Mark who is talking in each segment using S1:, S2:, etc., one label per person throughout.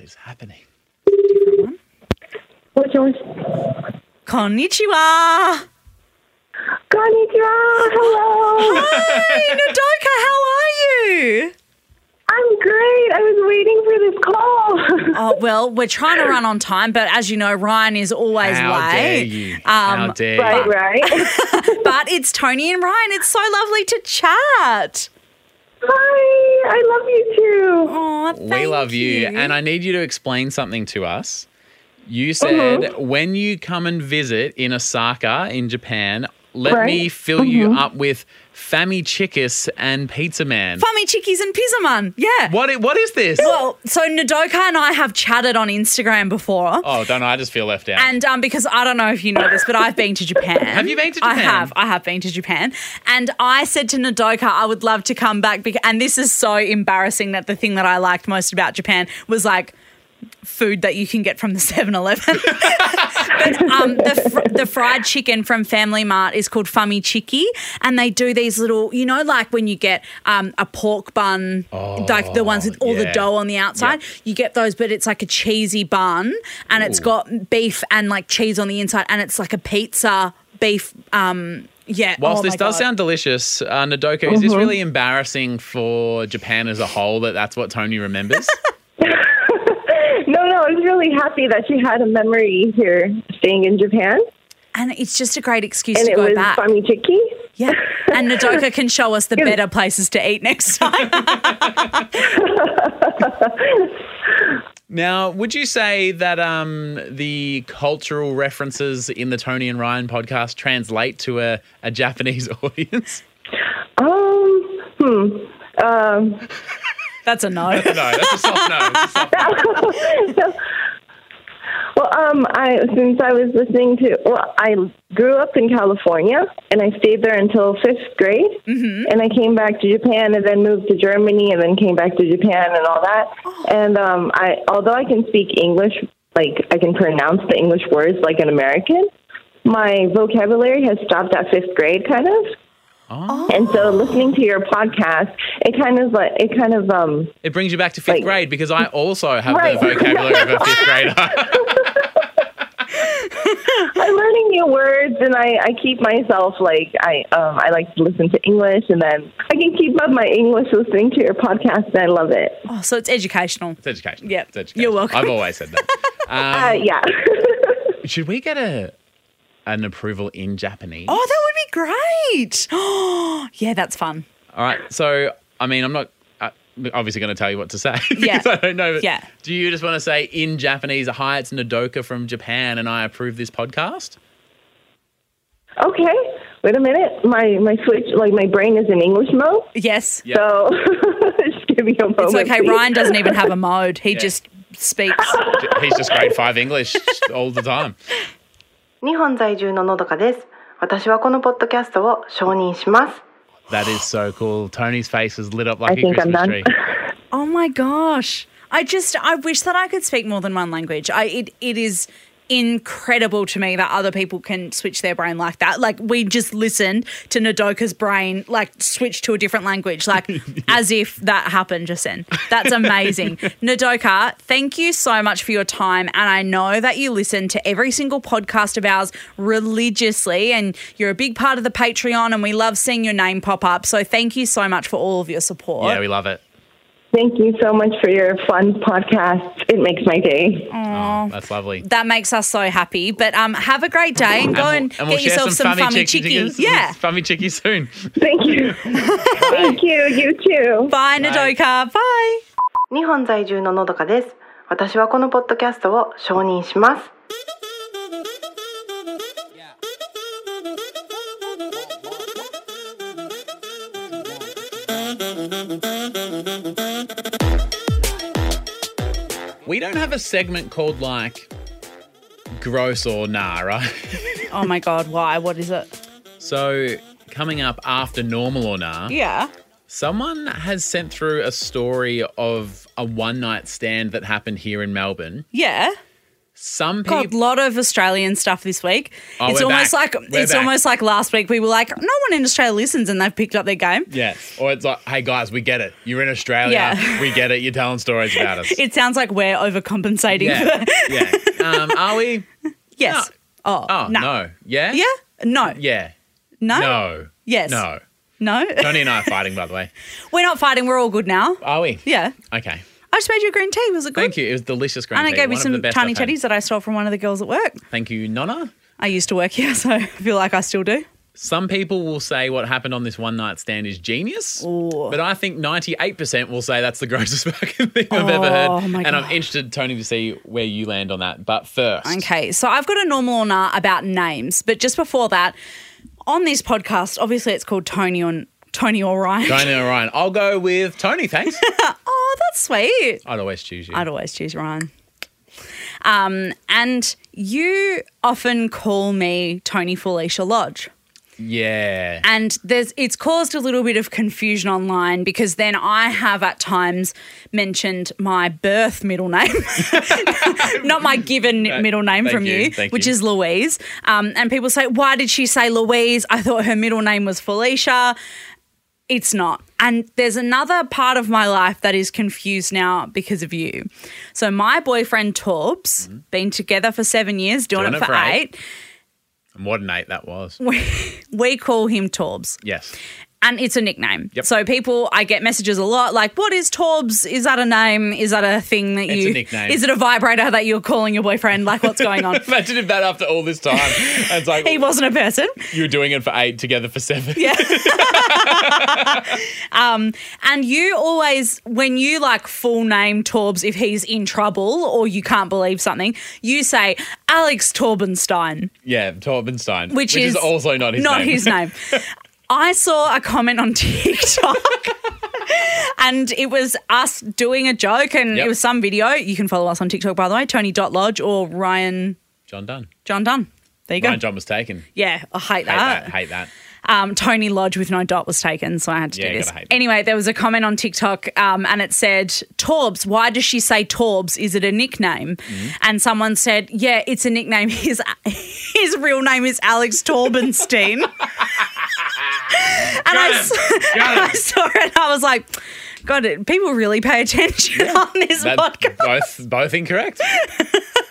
S1: is happening?
S2: Different one.
S3: What Joyce?
S2: Konnichiwa.
S3: Konnichiwa. Hello.
S2: Hi, Nadoka. How are you?
S3: I'm great. I was waiting for this call.
S2: Oh well, we're trying to run on time, but as you know, Ryan is always
S1: How
S2: late.
S1: dare you? How
S2: Um,
S1: dare
S3: right,
S1: you?
S3: right.
S2: but it's Tony and Ryan. It's so lovely to chat.
S3: Hi. I love you too.
S2: Oh,
S1: We love you. And I need you to explain something to us. You said
S2: Mm-hmm.
S1: when you come and visit in Osaka in Japan, let
S3: Right.
S1: me fill you
S2: Mm-hmm.
S1: up with Fami Chickus and Pizza Man.
S2: Fummy Chickies and Pizza Man. Yeah.
S1: what i- what is this?
S2: Well, so Nadoka and I have chatted on Instagram before.
S1: Oh, don't know, I just feel left out.
S2: And um, because I don't know if you know this, but I've been to Japan. Have
S1: you been to
S2: I
S1: Japan?
S2: have. I have been to Japan. And I said to Nadoka, I would love to come back. Because, and this is so embarrassing that the thing that I liked most about Japan was like food that you can get from the 7 Eleven. But um, the, fr- the fried chicken from Family Mart is called Fummy Chicky. And they do these little, you know, like when you get um, a pork bun, like the ones with all the
S1: Oh, yeah.
S2: dough on the outside, you get those, but it's like a cheesy bun and it's got beef and like cheese on the inside and it's like a pizza beef. Um, yeah.
S1: Whilst
S2: oh
S1: this
S2: my
S1: does
S2: God. Mm-hmm.
S1: sound delicious, uh, Nadoka, is this really embarrassing for Japan as a whole that that's what Tony remembers?
S3: No, no. I was really happy that she had a memory here staying in Japan,
S2: And it's just a great excuse
S3: and
S2: to
S3: it
S2: go
S3: was
S2: back.
S3: Fami Chiki.
S2: Yeah. And Nadoka can show us the better places to eat next time.
S1: Now, would you say that um, the cultural references in the Tony and Ryan podcast translate to a, a Japanese audience?
S3: Um. Hmm. Um.
S2: That's a no.
S1: no, that's a soft no. It's a soft-
S3: Well, um, I since I was listening to, well, I grew up in California and I stayed there until fifth grade, mm-hmm. and I came back to Japan and then moved to Germany and then came back to Japan and all that. And um, I, although I can speak English, like I can pronounce the English words like an American, my vocabulary has stopped at fifth grade, kind of. And so, listening to your podcast, it kind of like it kind of um,
S1: it brings you back to fifth
S3: Like-
S1: grade because I also have
S3: Right.
S1: the vocabulary of a fifth grader.
S3: I'm learning new words, and I, I keep myself like I um, I like to listen to English, and then I can keep up my English listening to your podcast, and I love it.
S2: Oh, so it's educational.
S1: it's education.
S2: Yep.
S1: It's education.
S2: You're welcome.
S1: I've always said that.
S3: Uh, yeah,
S1: Should we get a an approval in Japanese?
S2: Oh, that would be great. Oh, yeah, that's fun.
S1: All right. So, I mean, I'm not uh, obviously going to tell you what to say
S2: Yeah.
S1: because I don't know. But
S2: Yeah.
S1: Do you just want to say in Japanese, "Hi, it's Nadoka from Japan, and I approve this podcast"?
S3: okay. Wait a minute, my my switch like my brain is in English mode,
S2: Yes.
S1: Yeah.
S3: so just give me a moment.
S2: It's okay.
S3: please.
S2: Ryan doesn't even have a mode. He just speaks.
S1: J- He's just grade five English all the time.
S4: 日本在住ののどかです。私はこのポッドキャストを承認します。
S1: That is so cool. Tony's face is lit up like
S3: I
S1: a
S3: think I'm
S1: Christmas
S3: done.
S1: tree.
S2: Oh my gosh. I just I wish that I could speak more than one language. I it, it is incredible to me that other people can switch their brain like that. Like we just listened to Nadoka's brain like switch to a different language like as if that happened just then. That's amazing. Nadoka, thank you so much for your time and I know that you listen to every single podcast of ours religiously and you're a big part of the Patreon and we love seeing your name pop up. So thank you so much for all of your support.
S1: Yeah, we love it.
S3: Thank you so much for your fun podcast. It makes my day.
S1: Oh, that's lovely.
S2: that makes us so happy. But um, have a great day and go and,
S1: And we'll
S2: get
S1: share
S2: yourself
S1: some,
S2: some, fummy
S1: chicky,
S2: chicky. Yeah.
S1: fummy chicky soon.
S3: Thank you. Thank you. You too.
S2: Bye, Nadoka. Bye.
S4: 日本在住ののどかです。私はこのポッドキャストを承認します。
S1: We don't have a segment called like gross or nah, right?
S2: Oh my God, why? What is it?
S1: So coming up after normal or nah.
S2: Yeah.
S1: Someone has sent through a story of a one night stand that happened here in Melbourne.
S2: Yeah.
S1: Some
S2: God,
S1: people.
S2: lot of Australian stuff this week.
S1: Oh,
S2: it's
S1: we're
S2: almost
S1: back.
S2: like
S1: We're
S2: it's
S1: back.
S2: almost like last week we were like, no one in Australia listens, and they've picked up their game.
S1: Yeah. Or it's like, hey guys, we get it. You're in Australia.
S2: Yeah.
S1: We get it. You're telling stories about us.
S2: It sounds like we're overcompensating.
S1: yeah.
S2: For,
S1: yeah. Um, are we?
S2: yes. Oh,
S1: Oh,
S2: no.
S1: no. Yeah?
S2: Yeah. No.
S1: Yeah.
S2: No.
S1: No.
S2: Yes.
S1: No.
S2: No.
S1: Tony and I are fighting, by the way.
S2: we're not fighting. We're all good now.
S1: Are we?
S2: Yeah.
S1: Okay.
S2: I just made you a green tea. Was it good?
S1: Thank you. It was delicious green
S2: And I
S1: tea.
S2: gave you
S1: One of the
S2: some
S1: best
S2: tiny
S1: I've had.
S2: teddies that I stole from one of the girls at work.
S1: Thank you, Nonna.
S2: I used to work here, so I feel like I still do.
S1: Some people will say what happened on this one night stand is genius, but I think 98% will say that's the grossest fucking thing I've ever heard.
S2: Oh, my
S1: and I'm
S2: God.
S1: interested, Tony, to see where you land on that. But first,
S2: Okay, so I've got a normal or not about names, but just before that, on this podcast, obviously it's called Tony on Tony or Ryan.
S1: Tony and Ryan, I'll go with Tony, thanks.
S2: Oh, that's sweet.
S1: I'd always choose you.
S2: I'd always choose Ryan. Um, and you often call me Tony Felicia Lodge.
S1: yeah.
S2: and there's it's caused a little bit of confusion online because then I have at times mentioned my birth middle name, not my given middle name
S1: thank
S2: from
S1: you,
S2: you,
S1: thank
S2: which
S1: you.
S2: is Louise. Um, and people say, why did she say Louise? I thought her middle name was Felicia. It's not. And there's another part of my life that is confused now because of you. So my boyfriend Torbs,
S1: Mm-hmm.
S2: been together for seven years, doing, it, for eight.
S1: And what an eight that was.
S2: We call him Torbs.
S1: yes.
S2: and it's a nickname.
S1: Yep.
S2: So people, I get messages a lot like, "What is Torbs? Is that a name? Is that a thing that
S1: It's
S2: you?
S1: a nickname.
S2: Is it a vibrator that you're calling your boyfriend? Like, what's going on?"
S1: Imagine if that after all this time, and it's like
S2: He wasn't a person.
S1: you were doing it for eight together for seven.
S2: Yeah. um, and you always, when you like full name Torbs, if he's in trouble or you can't believe something, you say Alex Torbenstein.
S1: Yeah, Torbenstein,
S2: which,
S1: is, also not his
S2: not
S1: name.
S2: his name. I saw a comment on TikTok. And it was us doing a joke, and
S1: Yep.
S2: it was some video. You can follow us on TikTok, by the way, Tony Dot Lodge or Ryan
S1: John Dunn.
S2: John Dunn. There you go. Ah.
S1: Ryan John was taken. Hate
S2: yeah, I hate that.
S1: that. Hate that.
S2: Um, Tony Lodge with no dot was taken, so I had to
S1: Yeah,
S2: do
S1: you
S2: this.
S1: gotta hate that.
S2: Anyway, there was a comment on TikTok, um, and it said, "Torbs, why does she say Torbs? Is it a nickname?"
S1: Mm-hmm.
S2: And someone said, "Yeah, it's a nickname. His his real name is Alex Torbenstein." and I, s- and I saw it, and I was like, "God, it, people really pay attention on this
S1: That-
S2: podcast."
S1: both both incorrect.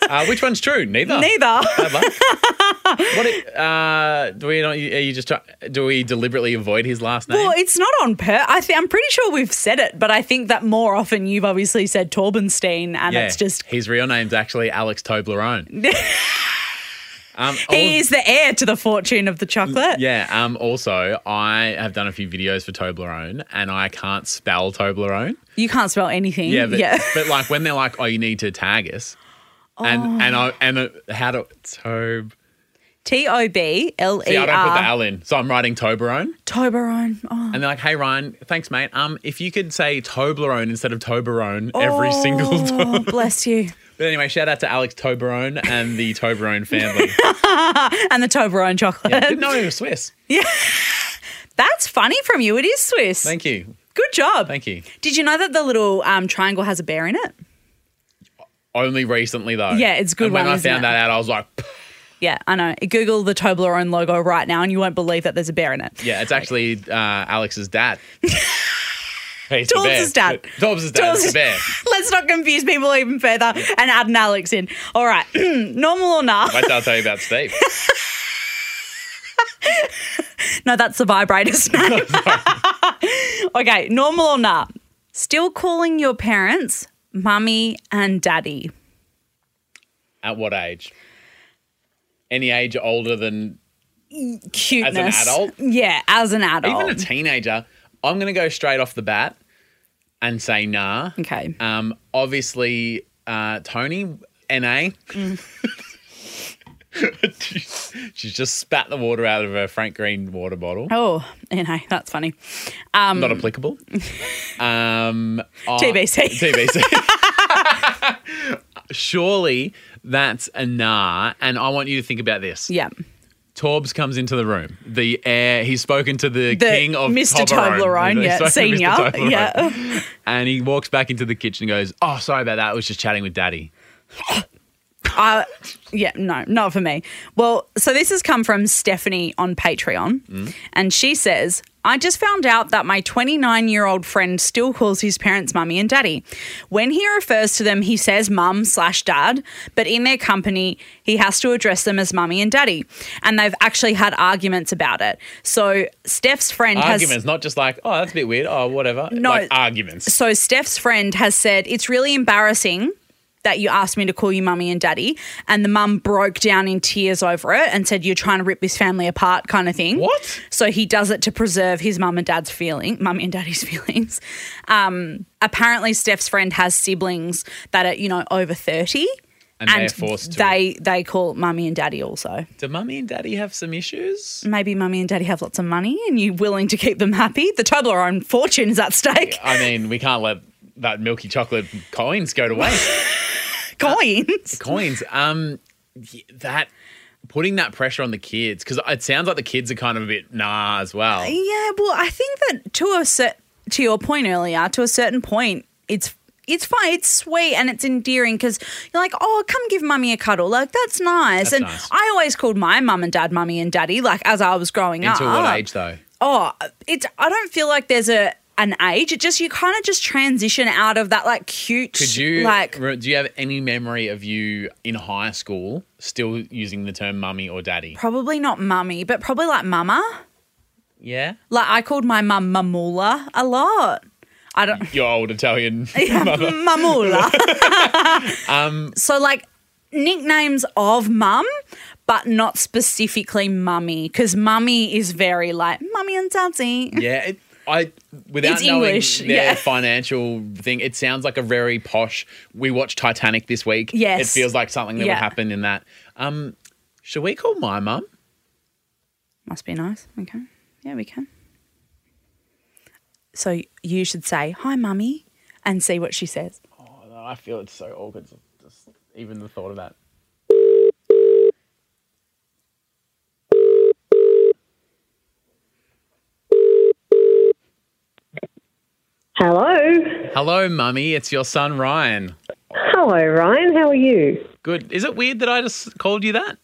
S1: uh, which one's true? Neither.
S2: Neither.
S1: Bad luck. what i- uh, do we not? Are you just try, do we deliberately avoid his last name?
S2: Well, it's not on per. I th- I'm pretty sure we've said it, but I think that more often you've obviously said Torbenstein, and
S1: yeah,
S2: it's just
S1: his real name's actually Alex Toblerone. um,
S2: he
S1: al-
S2: is the heir to the fortune of the chocolate.
S1: Yeah. Um, also, I have done a few videos for Toblerone, and I can't spell Toblerone.
S2: You can't spell anything.
S1: Yeah, but, but like when they're like, "Oh, you need to tag us," and and
S2: Oh.
S1: I and uh, how to Tob.
S2: T O B L E
S1: Yeah, I don't put the
S2: R.
S1: L in, so I'm writing Toblerone,
S2: Toblerone. Oh.
S1: and they're like, "Hey, Ryan, thanks, mate. Um, if you could say Toblerone instead of Toblerone every single time."
S2: Oh, bless you.
S1: But anyway, shout out to Alex Toblerone and the Toblerone family.
S2: And the Toblerone chocolate.
S1: Didn't know he was Swiss.
S2: That's funny from you. It is Swiss.
S1: Thank you,
S2: Good job.
S1: thank you.
S2: Did you know that the little um, triangle has a bear in it?
S1: Only recently though.
S2: Yeah, it's a good
S1: And when
S2: one,
S1: I
S2: isn't
S1: found
S2: it?
S1: that out, I was like, "Pff."
S2: Yeah, I know. Google the Toblerone logo right now and you won't believe that there's a bear in it.
S1: "Yeah, it's actually uh, Alex's dad." He's the bear.
S2: Torbs' dad.
S1: Torbs' dad.
S2: Torbs'
S1: Torbs' bear.
S2: Let's not confuse people even further and add an Alex in. All right. Normal or nah?
S1: Wait till I tell you about Steve.
S2: No, that's the vibrator's name. okay, normal or not? Still calling your parents mummy and daddy.
S1: At what age? Any age older than
S2: Cuteness.
S1: adult?
S2: Yeah, as an
S1: even
S2: adult.
S1: a teenager, I'm going to go straight off the bat and say nah.
S2: okay.
S1: Um, obviously, uh, Tony, NA.
S2: Mm.
S1: She's just spat the water out of her Frank Green water bottle.
S2: oh, you know, that's funny.
S1: Not applicable. um, I-
S2: TBC.
S1: TBC. Surely that's a nah. And I want you to think about this.
S2: Yeah.
S1: Torbs comes into the room. The heir, he's spoken to the,
S2: The
S1: king of
S2: Mr. Toblerone,
S1: He's
S2: yeah,
S1: spoken to
S2: senior,
S1: Mr. Toblerone.
S2: yeah.
S1: And he walks back into the kitchen and goes, Oh, sorry about that. I was just chatting with daddy.
S2: Uh, yeah, no, not for me. Well, so this has come from Stephanie on Patreon, and she says, I just found out that my 29 year old friend still calls his parents mummy and daddy. When he refers to them, he says mum slash dad, but in their company, he has to address them as mummy and daddy. And they've actually had arguments about it. So Steph's friend has.
S1: Arguments, not just like, oh, that's a bit weird. Oh, whatever.
S2: No.
S1: Like arguments.
S2: So Steph's friend has said it's really embarrassing that you asked me to call you mummy and daddy, and the mum broke down in tears over it and said you're trying to rip this family apart, kind of thing.
S1: What?
S2: So he does it to preserve his mum and dad's feeling, mummy and daddy's feelings. Um, apparently, Steph's friend has siblings that are you know over thirty,
S1: And they are forced to.
S2: they they call mummy and daddy also.
S1: Do mummy and daddy have some issues?
S2: Maybe mummy and daddy have lots of money, and you're willing to keep them happy. The Toblerone fortune is at stake.
S1: I mean, we can't let that milky chocolate coins go to waste.
S2: Coins.
S1: coins. Um, y- that putting that pressure on the kids because it sounds like the kids are kind of a bit nah as well.
S2: Yeah, well, I think that to a cer- to your point earlier, to a certain point, it's it's fine, it's sweet, and it's endearing because you're like, oh, come give mummy a cuddle, like that's nice.
S1: That's
S2: and
S1: nice.
S2: I always called my mum and dad mummy and daddy, like as I was growing up.
S1: Until what age though?
S2: Oh, it's I don't feel like there's a an age. It just you kind of just transition out of that like cute.
S1: Could you
S2: like?
S1: like? Do you have any memory of you in high school still using the term mummy or daddy?
S2: Probably not mummy, but probably like mama.
S1: Yeah,
S2: Like I called my mum mamula a lot. I don't.
S1: your old Italian.
S2: Mamula. so like nicknames of mum, but not specifically mummy, because mummy is very like mummy and daddy.
S1: yeah, it, I without
S2: It's
S1: knowing
S2: English,
S1: their
S2: yeah.
S1: financial thing, it sounds like a very posh. We watched Titanic this week.
S2: Yes.
S1: it feels like something that
S2: Yeah.
S1: would happen in that. Um, should we call my mum?
S2: Must be nice. Okay. Yeah, we can. So you should say, Hi mummy, and see what she says.
S1: Oh, I feel it's so awkward. Just even the thought of that.
S5: Hello.
S1: Hello, mummy. It's your son Ryan.
S5: Hello, Ryan. How are you?
S1: Good. Is it weird that I just called you that?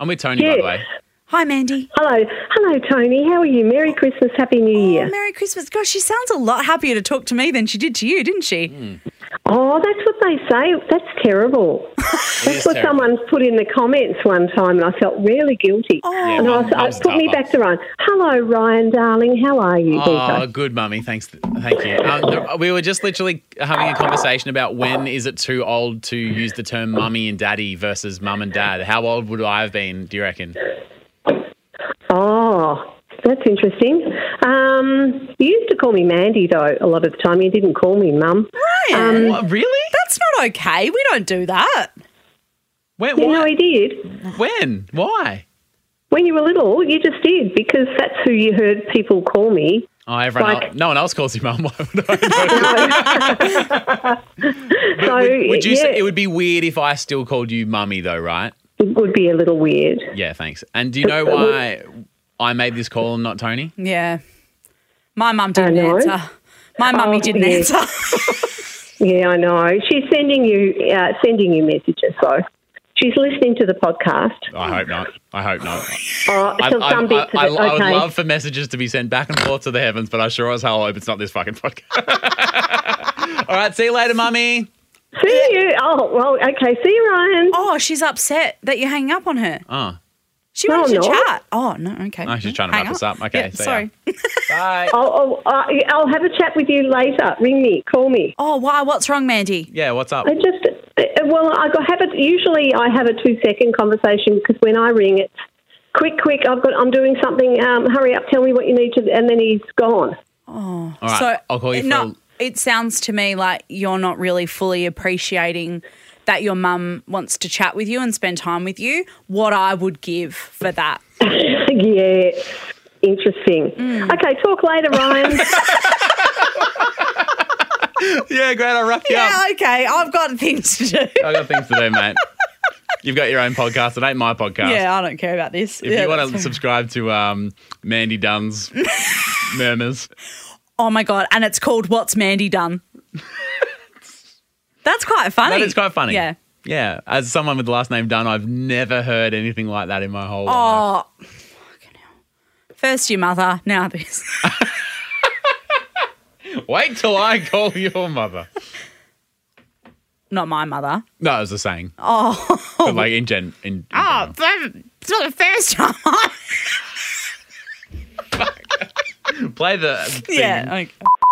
S1: I'm with Tony, by the
S5: Yeah.
S1: way.
S2: Hi Mandy.
S5: Hello. Hello, Tony. How are you? Merry Christmas. Happy New
S2: Oh,
S5: Year.
S2: Merry Christmas. Gosh, she sounds a lot happier to talk to me than she did to you, didn't she?
S5: Oh, that's what they say. That's terrible.
S1: That's
S5: what someone put in the comments one time, and I felt really guilty.
S1: Oh. Yeah,
S5: and I
S1: mum-
S5: was,
S1: mum's
S5: I, put
S1: tough,
S5: me
S1: mum.
S5: back to Ryan. Hello, Ryan, darling. How are you?
S1: Oh,
S5: dear?
S1: good, mummy. Thanks. Thank you. Um, no, we were just literally having a conversation about when is it too old to use the term mummy and daddy versus mum and dad. How old would I have been, do you reckon?
S5: Oh, that's interesting. Um, you used to call me Mandy, though, a lot of the time. You didn't call me Mum.
S2: Ryan,
S5: Um,
S1: What, really?
S2: that's not okay. We don't do that.
S1: When?
S5: You know,
S1: Why?
S5: he did.
S1: when? Why?
S5: When you were little, you just did, because that's who you heard people call me.
S1: Oh, everyone
S5: Like-
S1: else, no one else calls you mum. Why would I know?
S5: So,
S1: would, would you
S5: yeah,
S1: say it would be weird if I still called you mummy, though, right?
S5: it would be a little weird.
S1: Yeah, thanks. And do you know why I made this call and not Tony?
S2: Yeah. My mum didn't
S5: no?
S2: answer. My mummy
S5: Oh,
S2: didn't
S5: yeah.
S2: answer.
S5: Yeah, I know. She's sending you uh, sending you messages, so she's listening to the podcast.
S1: I hope not. I hope not.
S5: Oh,
S1: I,
S5: till
S1: I-
S5: some bits
S1: I- I-
S5: of it.
S1: I would
S5: okay.
S1: love for messages to be sent back and forth to the heavens, but I sure as hell hope it's not this fucking podcast. All right, see you later, mummy.
S5: See you. Oh, well, okay. See you, Ryan.
S2: oh, she's upset that you're hanging up on her.
S1: Oh,
S2: She
S5: No,
S2: wanted to
S5: I'm not.
S2: chat. Oh, no, okay.
S1: oh, she's trying to
S2: Hang
S1: wrap us up. Okay,
S2: Yeah,
S1: see ya.
S2: sorry.
S1: Bye.
S5: I'll, I'll, I- I'll have a chat with you later. Ring me. Call me.
S2: Oh, why? What's wrong, Mandy?
S1: Yeah, what's up?
S5: I just uh, well, I go- have it. Usually, I have a two-second conversation because when I ring, it's quick, quick. I've got. I'm doing something. Um, hurry up. Tell me what you need to. And then he's gone.
S1: All right, I'll call you.
S2: it-
S1: For
S2: no, it sounds to me like you're not really fully appreciating that your mum wants to chat with you and spend time with you. What I would give for that.
S5: yeah, interesting. Okay, talk later, Ryan.
S1: a- yeah, great. I'll wrap you up.
S2: okay. I've got things to do.
S1: I got things to do, mate. You've got your own podcast. It ain't my podcast.
S2: Yeah, I don't care about this.
S1: If you want to subscribe to um, Mandy Dunn's murmurs,
S2: Oh my god! And it's called "What's Mandy Done." That's quite funny.
S1: that is quite funny.
S2: Yeah.
S1: Yeah, as someone with the last name Dunn, I've never heard anything like that in my whole life.
S2: Oh, fucking hell. First your mother, now this.
S1: Wait till I call your mother.
S2: Not my mother.
S1: No, it was a saying. Oh, but like in gen. In, in
S2: Ah,
S1: general.
S2: it's not the first time.
S1: play the. Thing.
S2: yeah. Okay.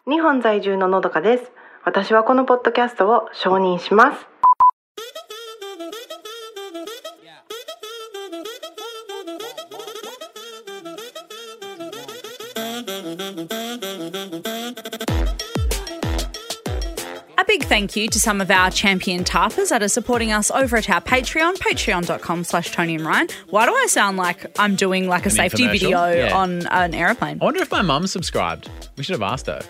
S4: 日本在住ののどかです。私はこのポッドキャストを承認します。
S2: A big thank you to some of our champion tarpers that are supporting us over at our Patreon, patreon.com slash Tony and Ryan. Why do I sound like I'm doing like a safety
S1: infomercial?
S2: video
S1: Yeah.
S2: on an airplane?
S1: I wonder if my mum subscribed. We should have asked her.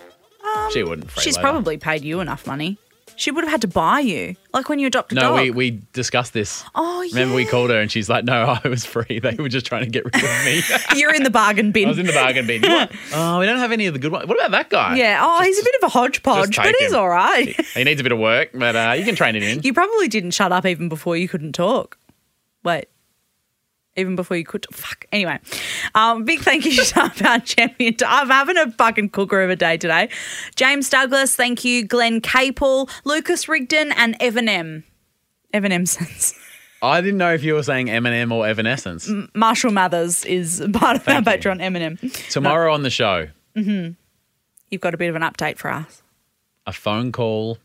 S1: she wouldn't.
S2: Um, She's
S1: freeloader.
S2: probably paid you enough money. She would have had to buy you, like when you adopt a
S1: No,
S2: dog.
S1: we we discussed this.
S2: Oh,
S1: Remember we
S2: yeah.
S1: called her and she's like, "No, I was free. They were just trying to get rid of me.
S2: You're in the bargain bin.
S1: I was in the bargain bin. You want- Oh, we don't have any of the good ones. What about that guy?
S2: yeah. Oh, he's a bit of a hodgepodge,
S1: take
S2: but he's
S1: him.
S2: all right.
S1: He needs a bit of work, but uh, you can train it in.
S2: You probably didn't shut up even before you couldn't talk. Wait. Even before you could. Fuck. Anyway. Um, big thank you to our champion. I'm having a fucking cooker of a day today. James Douglas, thank you. Glenn Capel, Lucas Rigdon, and Evan M. Evan M. Sense.
S1: I didn't know if you were saying Eminem or Evanescence.
S2: Marshall Mathers is part of our
S1: Thank you.
S2: Patreon. Eminem.
S1: Tomorrow on the show,
S2: You've got a bit of an update for us.
S1: a phone call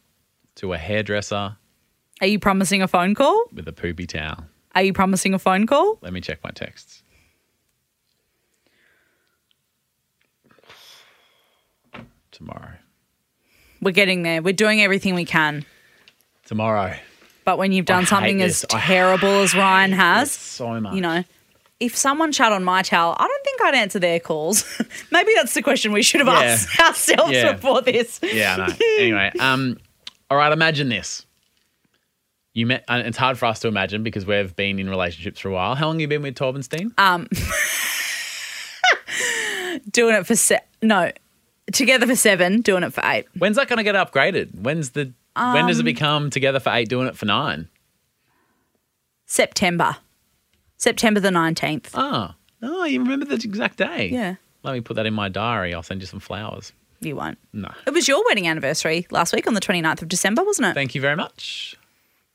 S1: to a hairdresser
S2: Are you promising a phone call?
S1: with a poopy towel.
S2: Are you promising a phone call?
S1: Let me check my texts. Tomorrow.
S2: We're getting there. We're doing everything we can.
S1: Tomorrow.
S2: But when you've
S1: I
S2: done
S1: hate
S2: something as
S1: this. I
S2: terrible as Ryan has,
S1: So much.
S2: you know, if someone shut on my towel, I don't think I'd answer their calls. Maybe that's the question we should have
S1: Yeah.
S2: asked ourselves
S1: Yeah.
S2: before this.
S1: Yeah, I know. anyway, um, all right. Imagine this. You met. And it's hard for us to imagine because we've been in relationships for a while. How long you been with Torbenstein?
S2: Uh, Doing it for se- no, together for seven, doing it for eight.
S1: When's that going to get upgraded? When's the? when
S2: Um,
S1: does it become together for eight, doing it for nine?
S2: September, September the nineteenth.
S1: Ah, oh, you remember the exact day?
S2: Yeah.
S1: Let me put that in my diary. I'll send you some flowers.
S2: You won't.
S1: No.
S2: It was your wedding anniversary last week on the 29th of December, wasn't it?
S1: Thank you very much.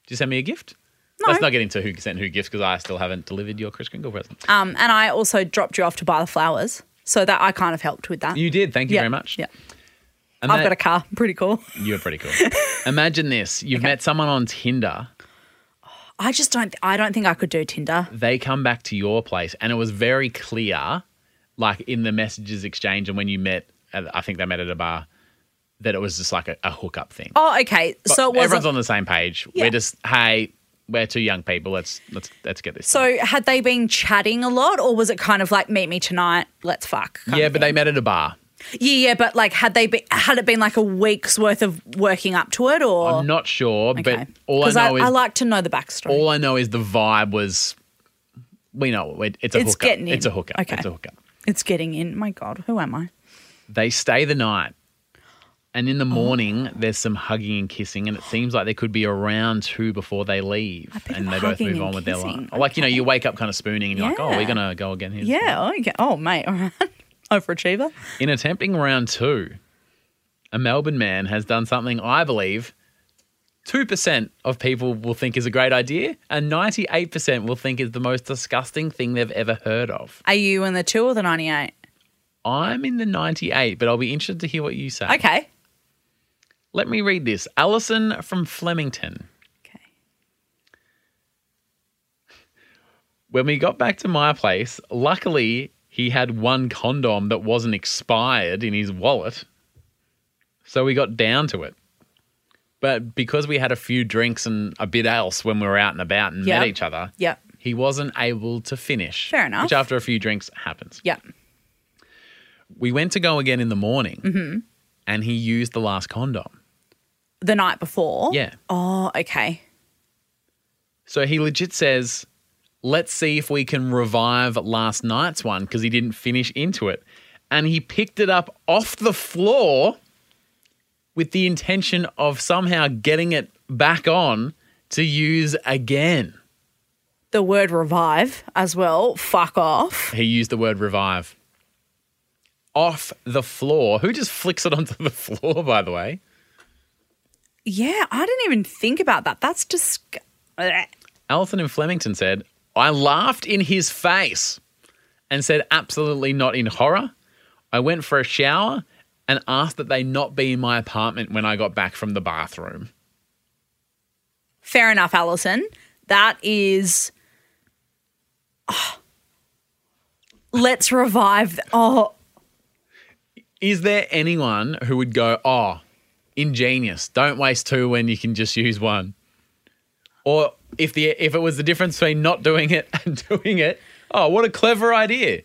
S1: Did you send me a gift?
S2: No.
S1: Let's not get into who sent who gifts because I still haven't delivered your Chris Kringle present.
S2: um, and I also dropped you off to buy the flowers, so that I kind of helped with that.
S1: You did. Thank you
S2: Yeah,
S1: very much.
S2: Yeah,
S1: And
S2: I've
S1: that-
S2: got a car. Pretty cool.
S1: You're pretty cool. Imagine this: you've met someone on Tinder.
S2: I just don't. I don't think I could do Tinder.
S1: they come back to your place and it was very clear like in the messages exchange and when you met at- i think they met at a bar that it was just like a, a hookup thing
S2: Oh, okay. so it
S1: But everyone's
S2: wasn't.
S1: on the same page
S2: Yeah.
S1: we're just hey we're two young people let's let's let's get this
S2: So had they been chatting a lot, or was it kind of like meet me tonight, let's fuck? kind
S1: yeah
S2: of
S1: but they met at a bar
S2: thing? yeah, yeah. But like, had they been, had it been like a week's worth of working up to it, or
S1: i'm not sure but all i
S2: 'Cause
S1: know is
S2: I like to know the backstory.
S1: all i know is the vibe was we know it, it's a
S2: It's
S1: hookup
S2: getting in.
S1: it's a hookup
S2: Okay.
S1: it's a hookup
S2: it's getting in. My God, who am I?
S1: they stay the night and
S2: Oh.
S1: in the morning there's some hugging and kissing and it seems like there could be a round two before they leave
S2: bit
S1: and
S2: of
S1: they both
S2: hugging
S1: move
S2: and
S1: on with their life
S2: kissing,
S1: like you know you wake up kind of spooning and you're like oh
S2: Yeah.
S1: we're gonna go again here
S2: Yeah. Okay. Oh, mate. All right. Overachiever.
S1: in attempting round two a melbourne man has done something i believe 2% of people will think is a great idea and 98% will think is the most disgusting thing they've ever heard of
S2: Are you in the two or the ninety-eight?
S1: i'm in the 98 but i'll be interested to hear what you say
S2: Okay.
S1: let me read this alison from flemington
S2: Okay.
S1: when we got back to my place, luckily he had one condom that wasn't expired in his wallet. So we got down to it. But because we had a few drinks and a bit else when we were out and about and
S2: Yep.
S1: met each other,
S2: Yep.
S1: he wasn't able to finish.
S2: Fair enough.
S1: Which after a few drinks happens.
S2: Yep.
S1: We went to go again in the morning
S2: Mm-hmm.
S1: and he used the last condom.
S2: The night before.
S1: Yeah.
S2: Oh, okay.
S1: So he legit says, let's see if we can revive last night's one because he didn't finish into it. And he picked it up off the floor with the intention of somehow getting it back on to use again.
S2: The word revive as well. Fuck off.
S1: He used the word revive. Off the floor. Who just flicks it onto the floor, by the way?
S2: Yeah, I didn't even think about that. That's just.
S1: Alison in Flemington said, I laughed in his face and said, absolutely not in horror. I went for a shower and asked that they not be in my apartment when I got back from the bathroom.
S2: Fair enough, Alison. That is. Oh. Let's revive. Oh,
S1: Is there anyone who would go, oh, ingenious, don't waste two when you can just use one? Or if the if it was the difference between not doing it and doing it, oh, what a clever idea.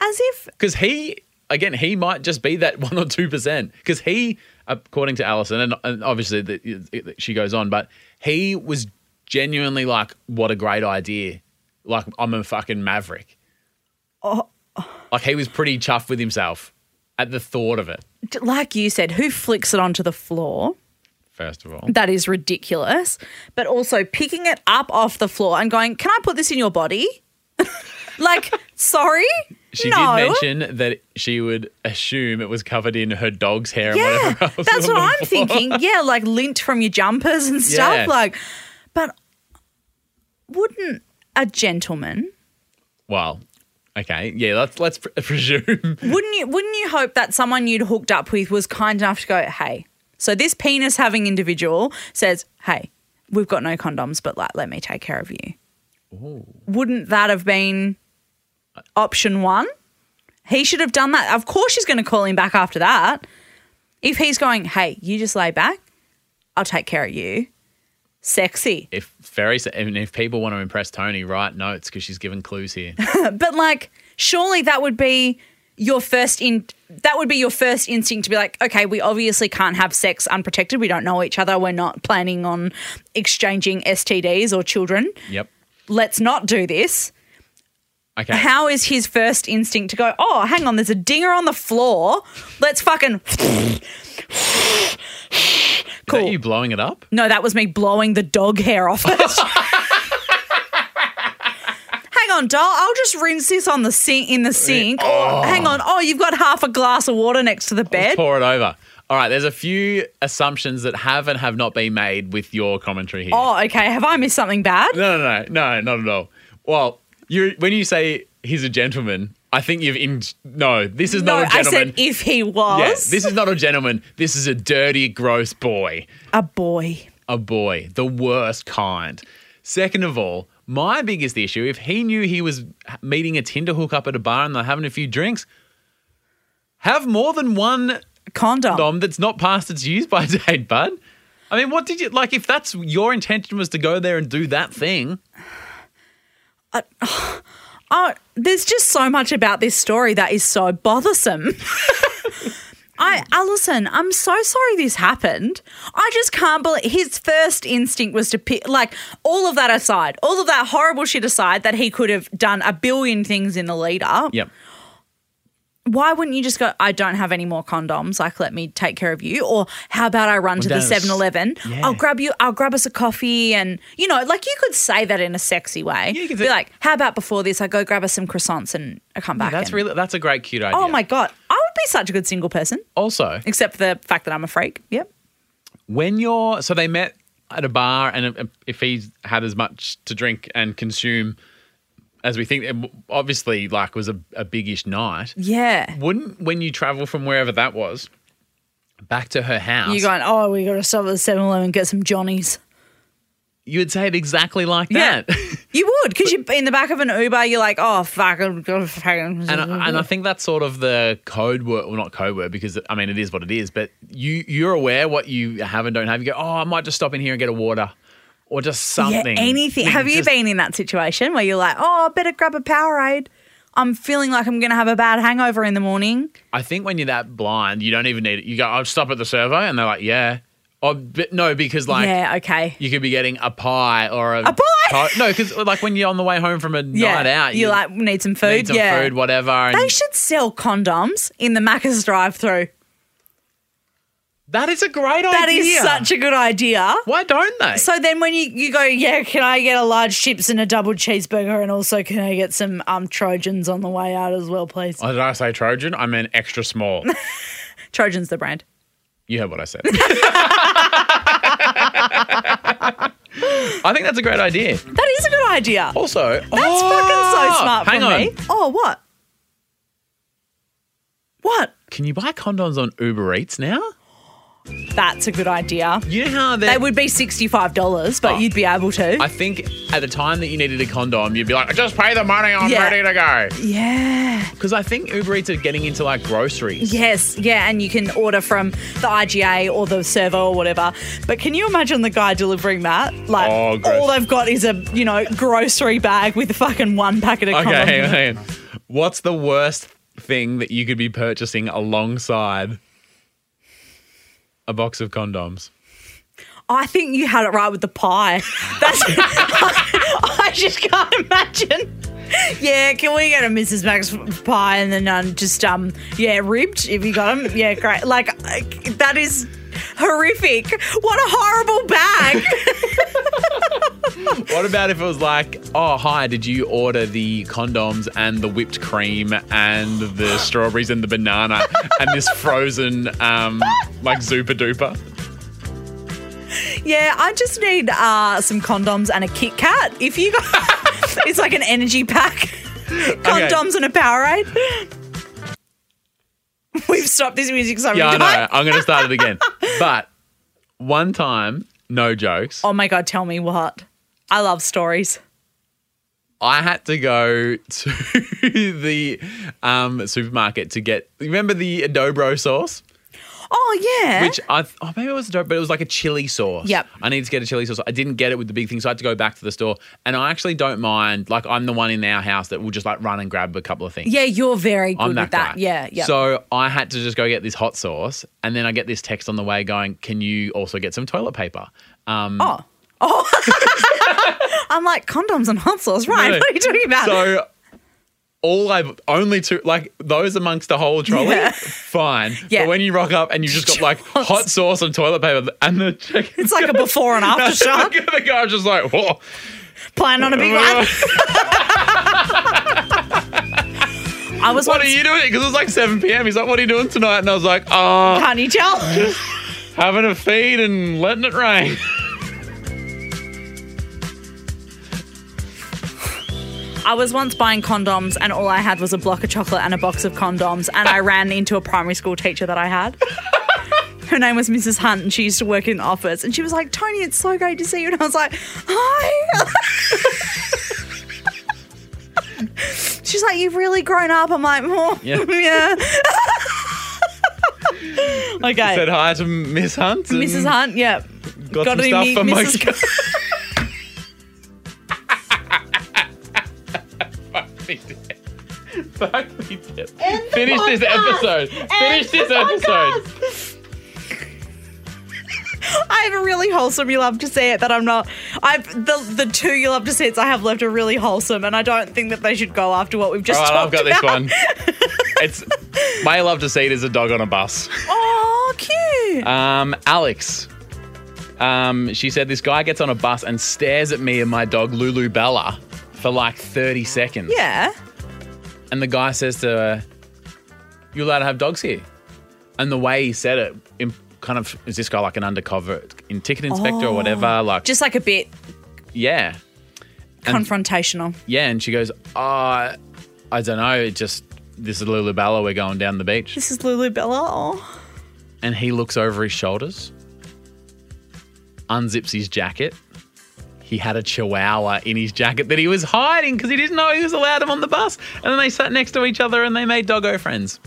S2: as if
S1: Because he, again, he might just be that one or two percent. Because he, uh, according to Alison, and, and obviously the, it- it- she goes on, but he was genuinely like, "What a great idea! Like I'm a fucking maverick."
S2: Oh.
S1: Like he was pretty chuffed with himself at the thought of it.
S2: d- like you said, who flicks it onto the floor?
S1: First of all,
S2: That is ridiculous. But also picking it up off the floor and going, Can I put this in your body? like, sorry?
S1: she
S2: no.
S1: did mention that she would assume it was covered in her dog's hair. and
S2: yeah,
S1: whatever else
S2: that's
S1: on
S2: what
S1: the
S2: I'm
S1: floor.
S2: thinking. Yeah, like lint from your jumpers and stuff.
S1: Yeah.
S2: Like, but wouldn't a gentleman?
S1: Well, okay, yeah, let's let's pre- presume.
S2: Wouldn't you? Wouldn't you hope that someone you'd hooked up with was kind enough to go, "Hey, so this penis having individual says, hey, we've got no condoms, but like, let me take care of you." Wouldn't that have been option one? He should have done that. Of course, she's going to call him back after that. If he's going, "Hey, you just lay back, I'll take care of you," sexy.
S1: if very and if people want to impress Tony, write notes because she's given clues here.
S2: But like, surely that would be your first in that would be your first instinct to be like, okay, we obviously can't have sex unprotected. We don't know each other. We're not planning on exchanging STDs or children.
S1: yep.
S2: Let's not do this.
S1: Okay.
S2: How is his first instinct to go, oh, hang on, there's a dinger on the floor. Let's fucking
S1: Is that
S2: cool.
S1: you blowing it up?
S2: No, that was me blowing the dog hair off it. Hang on, doll. I'll just rinse this on the sink in the sink. Or hang on. Oh, you've got half a glass of water next to the bed.
S1: Pour it over. All right. There's a few assumptions that have and have not been made with your commentary here.
S2: Oh, okay. Have I missed something bad?
S1: No, no, no, no, not at all. Well, you when you say he's a gentleman, I think you've in. No, this is not a
S2: I said
S1: gentleman.
S2: if he
S1: Yeah,
S2: was
S1: this is not a gentleman. This is a dirty, gross boy.
S2: a boy.
S1: a boy, the worst kind. Second of all, my biggest issue if he knew he was meeting a Tinder hookup at a bar and they're having a few drinks, have more than one
S2: Condom.
S1: dom that's not past its use by date, bud. I mean, what did you like? If that's your intention was to go there and do that thing,
S2: Oh, there's just so much about this story that is so bothersome. I, Alison, I'm so sorry this happened. I just can't believe his first instinct was to pick, like, all of that aside, all of that horrible shit aside, that he could have done a billion things in the lead up.
S1: yep.
S2: Why wouldn't you just go, I don't have any more condoms, like, let me take care of you? Or how about I run to
S1: that
S2: the
S1: was-
S2: 7 Eleven?
S1: yeah.
S2: I'll grab you, I'll grab us a coffee. And, you know, like, you could say that in a sexy way.
S1: you could
S2: Be
S1: say-
S2: like, how about before this, I go grab us some croissants and I come back.
S1: That's
S2: and-
S1: really that's a great cute idea.
S2: Oh my god, I would be such a good single person,
S1: Also,
S2: except for the fact that I'm a freak. Yep.
S1: when you're so they met at a bar and if he's had as much to drink and consume as we think it obviously like was a, a big-ish night
S2: Yeah.
S1: wouldn't when you travel from wherever that was back to her house
S2: You're going, oh, we got to stop at the 7 Eleven and get some Johnnies.
S1: you would say it exactly like
S2: Yeah.
S1: that
S2: You would, because you're in the back of an Uber, you're like, oh, fuck. I'm gonna fucking-
S1: and, I, and I think that's sort of the code word, well, not code word, because I mean it is what it is. But you you're aware what you have and don't have. You go, oh, I might just stop in here and get a water, or just
S2: yeah,
S1: something.
S2: anything. Have you
S1: Just-
S2: been in that situation where you're like, oh, I better grab a Powerade? I'm feeling like I'm going to have a bad hangover in the morning.
S1: I think when you're that blind, you don't even need it. You go, I'll stop at the servo, and they're like, yeah. Or, but no, because like
S2: yeah, okay.
S1: you could be getting a pie or a,
S2: A pie?
S1: no, because like when you're on the way home from a
S2: Yeah.
S1: night out,
S2: you like, need some food.
S1: need some
S2: yeah.
S1: food, whatever. And
S2: They should sell condoms in the Macca's drive through.
S1: That is a great
S2: That
S1: idea.
S2: is such a good idea.
S1: Why don't they?
S2: So then when you, you go, yeah, can I get a large chips and a double cheeseburger and also can I get some um Trojans on the way out as well, please?
S1: oh, did I say Trojan? I meant extra small.
S2: Trojans the brand.
S1: You heard what I said. I think that's a great idea.
S2: That is a good idea.
S1: Also, that's
S2: That's fucking so smart
S1: Oh! Hang
S2: from
S1: on.
S2: me. Oh, what? What?
S1: Can you buy condoms on Uber Eats now?
S2: That's a good idea.
S1: You know how
S2: They would be $65, but
S1: Oh.
S2: you'd be able to.
S1: I think at the time that you needed a condom, you'd be like, just pay the money, I'm
S2: Yeah.
S1: ready to go.
S2: yeah.
S1: Because I think Uber Eats are getting into like groceries.
S2: Yes, yeah, and you can order from the IGA or the server or whatever. But can you imagine the guy delivering that? Like,
S1: Oh, gross.
S2: all they've got is a you know grocery bag with fucking one packet of
S1: Okay,
S2: condoms.
S1: hang on, hang on. What's the worst thing that you could be purchasing alongside a box of condoms?
S2: I think you had it right with the pie. That's I, just can't imagine. Yeah, can we get a Mrs. Max pie and then um, just um yeah ribbed if you got them? Yeah, great. Like I- that is horrific. What a horrible bag.
S1: What about if it was like, oh, hi, did you order the condoms and the whipped cream and the strawberries and the banana and this frozen, um, like, Zupa Duper?
S2: yeah, I just need uh some condoms and a Kit Kat. If you got, it's like an energy pack. Condoms and a Powerade. We've stopped this music so many
S1: Yeah, I
S2: times.
S1: know. I'm going to start it again. But one time, no jokes,
S2: Oh my God, tell me what. I love stories.
S1: I had to go to the um, supermarket to get. Remember the Dobro sauce?
S2: Oh, yeah.
S1: Which I th- oh maybe it was dope, but it was like a chili sauce.
S2: Yep.
S1: I needed to get a chili sauce. I didn't get it with the big thing, so I had to go back to the store. And I actually don't mind. Like I'm the one in our house that will just like run and grab a couple of things.
S2: yeah, you're very good
S1: I'm
S2: with
S1: that,
S2: that.
S1: guy.
S2: Yeah, yeah.
S1: So I had to just go get this hot sauce, and then I get this text on the way going, "Can you also get some toilet paper?" Um,
S2: oh. Oh. I'm like, condoms and hot sauce, right?
S1: Really?
S2: What are you talking about?
S1: So all I've only two like those amongst the whole trolley,
S2: Yeah.
S1: fine.
S2: Yeah.
S1: But when you rock up and you just got like hot sauce and toilet paper, and the check,
S2: it's like a before and after shot.
S1: the guy's just like, whoa.
S2: Plan on a big one.
S1: what
S2: I was
S1: are
S2: once-
S1: you doing? Because it was like 7 p.m. He's like, what are you doing tonight? And I was like, oh,
S2: Can't you tell?
S1: having a feed and letting it rain.
S2: I was once buying condoms and all I had was a block of chocolate and a box of condoms and I ran into a primary school teacher that I had. Her name was Mrs. Hunt and she used to work in the office and she was like, Tony, it's so great to see you. And I was like, Hi. She's like, You've really grown up. I'm like, Oh,
S1: Yeah.
S2: yeah. okay.
S1: Said "Hmm." hi to Miss Hunt. and
S2: Mrs. Hunt, yeah.
S1: Got,
S2: got
S1: some
S2: any
S1: stuff
S2: meat,
S1: for my
S2: Mrs.
S1: Fuck me dead. Fuck me dead. Finish this episode. Finish this episode.
S2: I have a really wholesome you love to see it that I'm not I've the the two you love to see it's I have left are really wholesome and I don't think that they should go after what we've just
S1: All right, I've
S2: talked
S1: got
S2: about.
S1: this one. It's my love to see it is a dog on a bus.
S2: Oh cute.
S1: Um, Alex. Um, she said this guy gets on a bus and stares at me and my dog Lulu Bella for like 30 seconds.
S2: yeah.
S1: And the guy says to her, You're allowed to have dogs here. And the way he said it, im- kind of, is this guy like an undercover in ticket inspector or whatever? Like,
S2: Just like a bit
S1: yeah.
S2: confrontational.
S1: Yeah. And she goes, Ah, I don't know. It just, this is Lulu Bella. We're going down the beach.
S2: This is Lulu Bella. Oh.
S1: And he looks over his shoulders, unzips his jacket. He had a chihuahua in his jacket that he was hiding because he didn't know he was allowed him on the bus. And then they sat next to each other and they made doggo friends.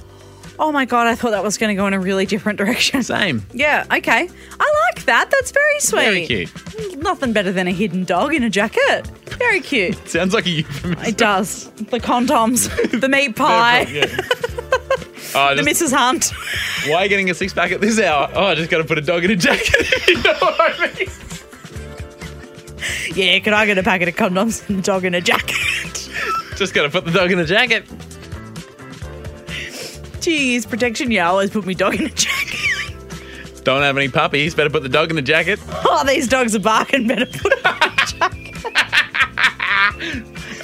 S2: Oh my god, I thought that was going to go in a really different direction.
S1: Same.
S2: Yeah, okay. I like that. That's very
S1: Very
S2: sweet.
S1: cute.
S2: Nothing better than a hidden dog in a jacket. Very cute.
S1: Sounds like a euphemism.
S2: It does. The condoms, the meat pie,
S1: Yeah. Oh,
S2: the
S1: just,
S2: Mrs. Hunt.
S1: why are you getting a six pack at this hour? Oh, I just got to put a dog in a jacket. you know what I mean?
S2: yeah, could I get a packet of condoms and a dog in a jacket?
S1: Just got to put the dog in a jacket.
S2: Two years protection. Yeah, I always put my dog in a jacket.
S1: Don't have any puppies. Better put the dog in the jacket.
S2: Oh, these dogs are barking. Better put
S1: Are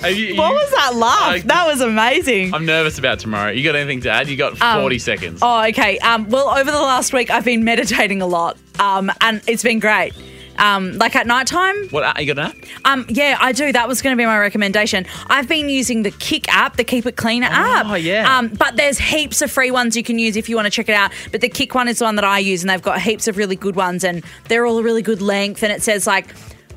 S1: you-
S2: What
S1: you-
S2: was that laugh?
S1: I-
S2: that was amazing.
S1: I'm nervous about tomorrow. You got anything to add? You got 40
S2: Um,
S1: seconds.
S2: Oh, okay. Um, well, over the last week, I've been meditating a lot, um, and it's been great. Um, like at night time,
S1: What app- you got an app?
S2: um, yeah, I do. That was going to be my recommendation. I've been using the Kick app, the Keep It Cleaner app.
S1: Oh, yeah.
S2: Um, but there's heaps of free ones you can use if you want to check it out. But the Kick one is the one that I use, and they've got heaps of really good ones, and they're all a really good length. And it says like.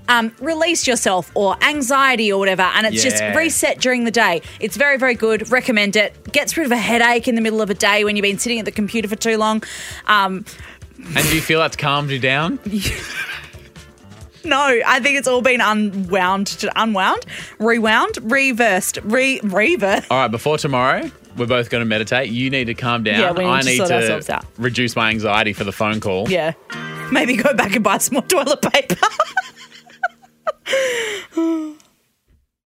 S2: Um, release yourself or anxiety or whatever, and it's just
S1: Yeah.
S2: reset during the day. It's very, very good. Recommend it. Gets rid of a headache in the middle of a day when you've been sitting at the computer for too long. Um,
S1: And do you feel that's calmed you down?
S2: No, I think it's all been unwound, to- unwound, rewound, reversed, re reversed.
S1: All right, before tomorrow, we're both going to meditate. You need to calm down.
S2: Yeah, we need
S1: I
S2: to
S1: need
S2: sort ourselves
S1: to
S2: out.
S1: reduce my anxiety for the phone call.
S2: Yeah, maybe go back and buy some more toilet paper.